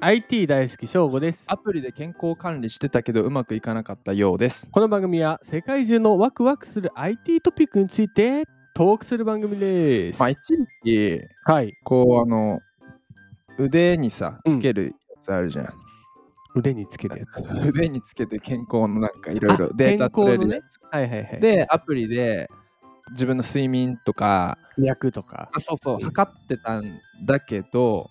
IT 大好き翔吾ですアプリで健康管理してたけどうまくいかなかったようです。この番組は世界中のワクワクする IT トピックについてトークする番組ですまあ、一日はいこうあの腕にさつけるやつあるじゃん。腕につけるやつ腕につけて健康のなんかいろいろデータ健康取れのるねやつ。はいはいはいでアプリで自分の睡眠とか脈とかあそうそう測ってたんだけど、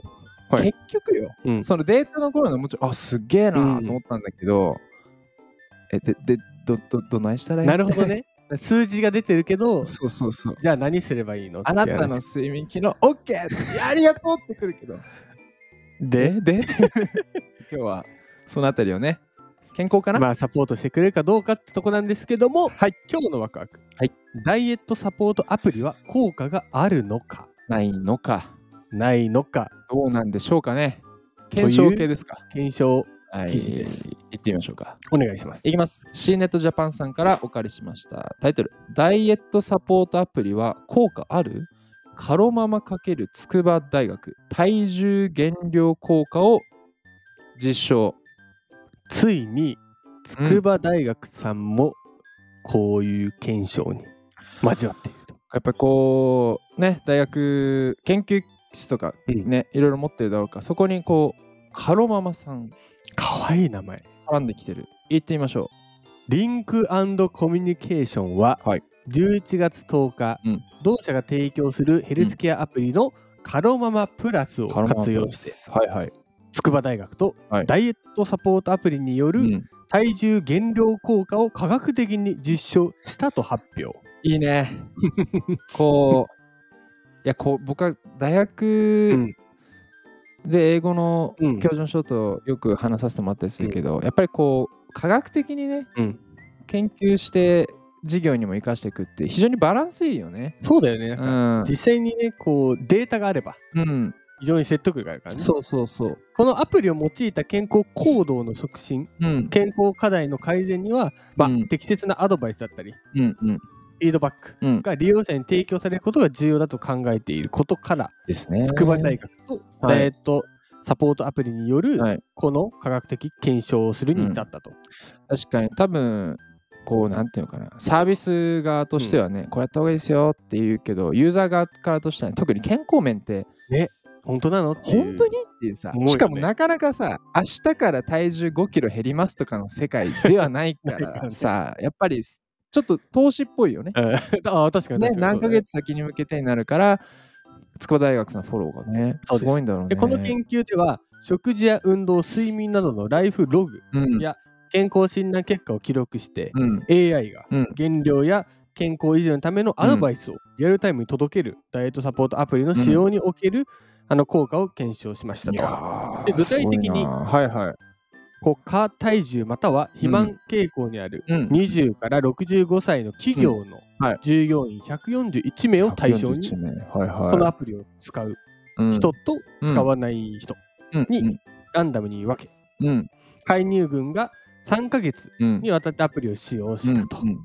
はい結局よ、うんそのデータの頃のもちろんあすげえなうんーと思ったんだけど、えででどどどないしたらいいなるほど ね数字が出てるけどそうそうそう。じゃあ何すればいいのあなたのって睡眠機能 OK! ありがとうってくるけど。話でで 今日はそのあたりをね、健康かな、まあサポートしてくれるかどうかってとこなんですけども、はい、今日のワクワク、はい、ダイエットサポートアプリは効果があるのかないのか。ないのかどうなんでしょうかね。検証系ですか。検証はい。記事です行ってみましょうか。お願いしますいきます。C ネットジャパンさんからお借りしました。タイトル、ダイエットサポートアプリは効果あるカロママ×筑波大学体重減量効果を実証。ついに筑波大学さんもこういう検証に交わっていると、やっぱりこうね大学研究室とかね、いろいろ持ってるだろうからそこにこうカロママさんかわいい名前絡んできてる行ってみましょリンクコミュニケーションははい11月10日、うん同社が提供するヘルスケアアプリのカロママプラスをうカロママ活用してはいはい、筑波大学とはいダイエットサポートアプリにようるん、体重減量効果を科学的に実証したと発表。いいね こういやこう僕は大学で英語のうん教授の人とよく話させてもらったりするけど、やっぱりこう科学的にねうん、研究して授業にも生かしていくって非常にバランスいいよね。そうだよね。なうかんん、実際にね、こうデータがあればうん、非常に説得力があるからね。そうそうそう。このアプリを用いた健康行動の促進、うん、健康課題の改善には、まあうん適切なアドバイスだったり、うん、うん。フィードバックうんが利用者に提供されることが重要だと考えていることから、ですね筑波大学とはいダイエットサポートアプリによるはい。この科学的検証をするに至ったと。確かに、多分こう、なんていうのかな、サービス側としてはね、こうやった方がいいですよって言うけど、ユーザー側からとしては、特に健康面って、本当なのっていう本当にっていうさ、思うよねしかもなかなかさ、明日から体重5キロ減りますとかの世界ではないかないかららね さ、やっぱりちょっと投資っぽいよね。うんああ確かに確かにねそうだ何ヶ月先に向けてになるから、筑波大学さんのフォローがね、そうですすごいんだろうね。でこの研究では食事や運動睡眠などのライフログうんいや健康診断結果を記録して、うん、 AI がうん減量や健康維持のためのアドバイスをリアルタイムに届けるダイエットサポートアプリの使用における、あの効果を検証しましたいやと。ーで具体的にすごいなはいはい。国家体重または肥満傾向にあるうん20から65歳の企業のうんはい従業員141名を対象に141名はいはい、このアプリを使ううん人と使わない人にランダムに分けうんうん介入群が3ヶ月うんにわたってアプリを使用したと。うん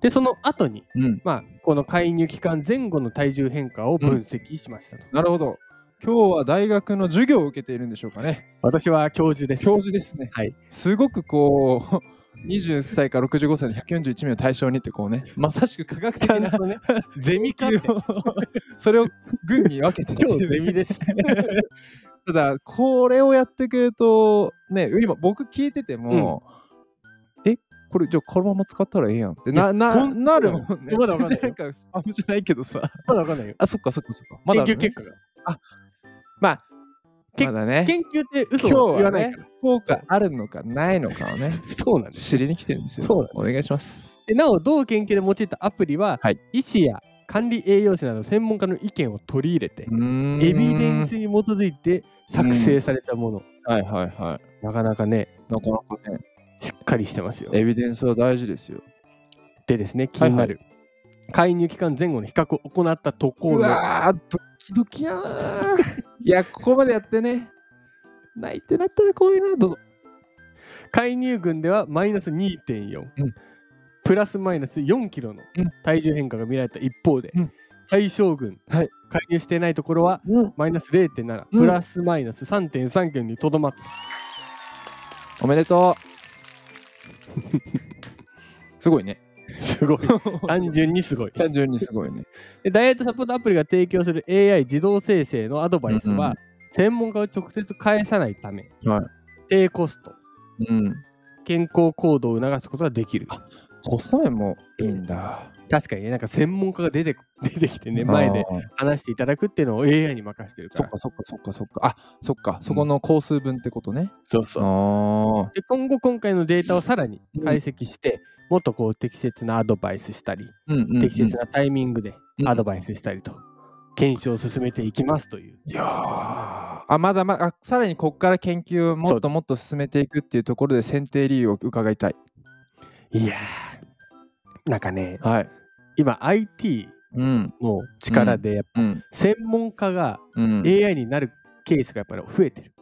で、その後に、うんうんまあ、この介入期間前後の体重変化を分析しましたと。なるほど今日は大学の授業を受けているんでしょうかね私は教授です。教授ですねはい。すごくこう 20歳から65歳の141名を対象にってこうねまさしく科学的ちゃんなとね、 ゼミか研究を それを群に分けてっていう今日ゼミです。ただこれをやってくれるとね今僕聞いてても、えこれじゃあこのまま使ったらええやんっていなやな本当なるもんね。まだわかんないよなんかスパムじゃないけどさ。まだわかんないよ。あそっかそっかそっか。まだある研ね、究結果が。まあけまだね。研究って今嘘日を言わはないねから。効果あるのかないのかを ねそうなんです。知りに来てるんですよ。そうなんでお願いします。でなお、同研究で用いたアプリは、はい医師や管理栄養士など専門家の意見を取り入れて、エエビデンスに基づいて作成されたもの。はいはいはなかなかね、い。なかなかねしっかりしてますよ。エビデンスは大事ですよ。でですね、気になる、介入期間前後の比較を行ったとこうろ、わードキドキやー いやここまでやってね泣いてなったら怖いなどうぞ。介入群ではマイナス2.4、うんプラスマイナス4キロのうん体重変化が見られた一方で、うん対象群、はい介入していないところはうんマイナス0.7、うんプラスマイナス3.3件にとどまった。おめでとう すごいねすごい。単純にすごい。単純にすごいねでダイエットサポートアプリが提供する AI 自動生成のアドバイスうんうんは、専門家を直接返さないため、はい低コスト、うん健康行動を促すことができる。コスト面もいいんだ確かにね、なんか専門家が出て出てきてね、前であー話していただくっていうのを AI に任せてるかそっら。かそっかそっかそっかあそっかそこの工数分ってことね、そうそああで今後、今回のデータをさらに解析して、もっとこう適切なアドバイスしたり、うんうん、うん、適切なタイミングでうんアドバイスしたりと、検証を進めていきますという。いやーあまだまだあさらにここから研究をもっともっと進めていくっていうところで選定理由を伺いたいいやー、なんかね、はい今 IT うんの力で、やっぱうん専門家がうん AI になるケースがやっぱり増えてる。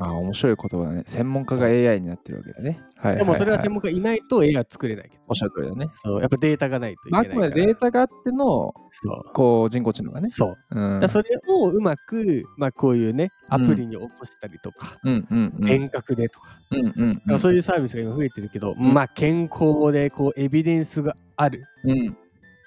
あー面白い言葉だね専門家が AI になってるわけだねはいでもそれは専専門門家いないと AI は作れないけど。おっしゃる通りだねそうやっぱデータがないといけなあいくから。までデータがあってのそうこう人工知能がねそう。うんだからそれをうまく、まあ、こういうね、アプリに落としたりとか、うんうんうん遠隔でとか、うんうんだからそういうサービスが今増えてるけど、んまあ、健康でこうエビデンスがある、うん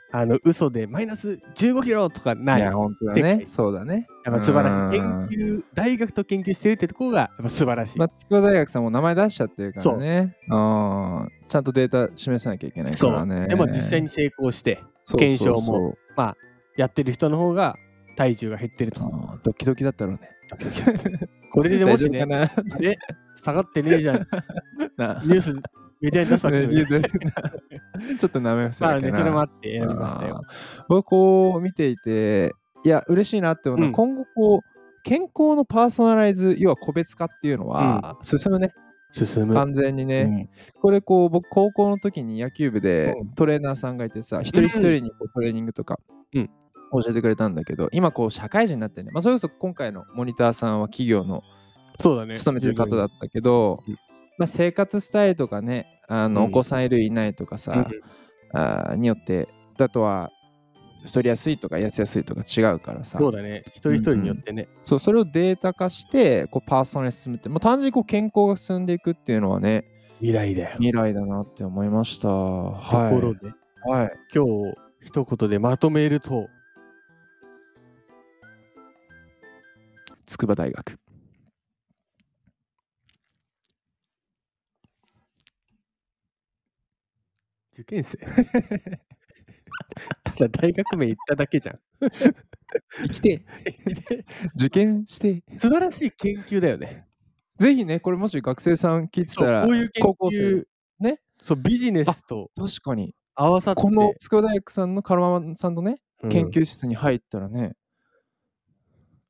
あの嘘でマイナス15キロとかないい、ややっ本当だ世ね界そうだねぱ素晴らしい。うん研究、大学と研究してるってところが、やっぱ素晴らしい。まあ、筑波大学さんも名前出しちゃってるからね。あーちゃんとデータ示さなきゃいけないかそらね。う。でも実際に成功して、そう検証もそうそうやってる人の方が体重が減ってる と。あードキドキだったろうね。 これでも大し丈夫ねか、なで下がってねえじゃん、 なニュースメディアに出すわけねにもい か言うないて ちょっと舐めましたまあだけね、なそれもあって選びましたよ。あー僕こう見ていて、いや、嬉しいなって思うのは、うん今後こう、健康のパーソナライズ、要は個別化っていうのは進むね、進む。完全にね。うんこれこう僕高校の時に野球部でうんトレーナーさんがいてさ一人一人にこうトレーニングとかうん教えてくれたんだけど今こう社会人になってねまあそれこそ今回のモニターさんは企業のそうだね。勤めてる方だっったけどうんまあ生活スタイルとかねあうのんお子さんいるいないとかさあーによってだとは太りやすいとか痩せやすいとか違うからさそうだね。一人一人によってね。そうそれをデータ化してこうパーソナルに進むってもう単純にこう健康が進んでいくっていうのはね未来だよ。未来だなって思いました。ところはで、い、はい今日一言でまとめると、筑波大学。受験生。 ただ大学名言っただけじゃん。生きて、 受験して。素晴らしい研究だよね。ぜひね、これもし学生さん聞いてたら、そうこういう研究高校生。ね。そう、ビジネスと確かに。合わさって、この筑波大学さんのカルママさんのね、うん研究室に入ったらね、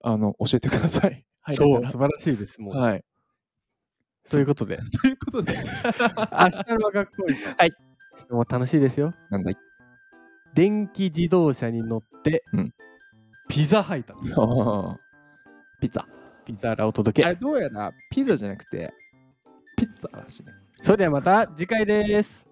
あの、教えてください。はいそう、素晴らしいです。もう。はい。ということで、ということで、 明日の学校に。はい。もう楽しいですよ。なんだっけ電気自動車に乗って、うんピザ配達。あーピザ。ピザらお届あけ。れ、どうやらピザじゃなくて、ピッツァらしいね。それではまた次回です。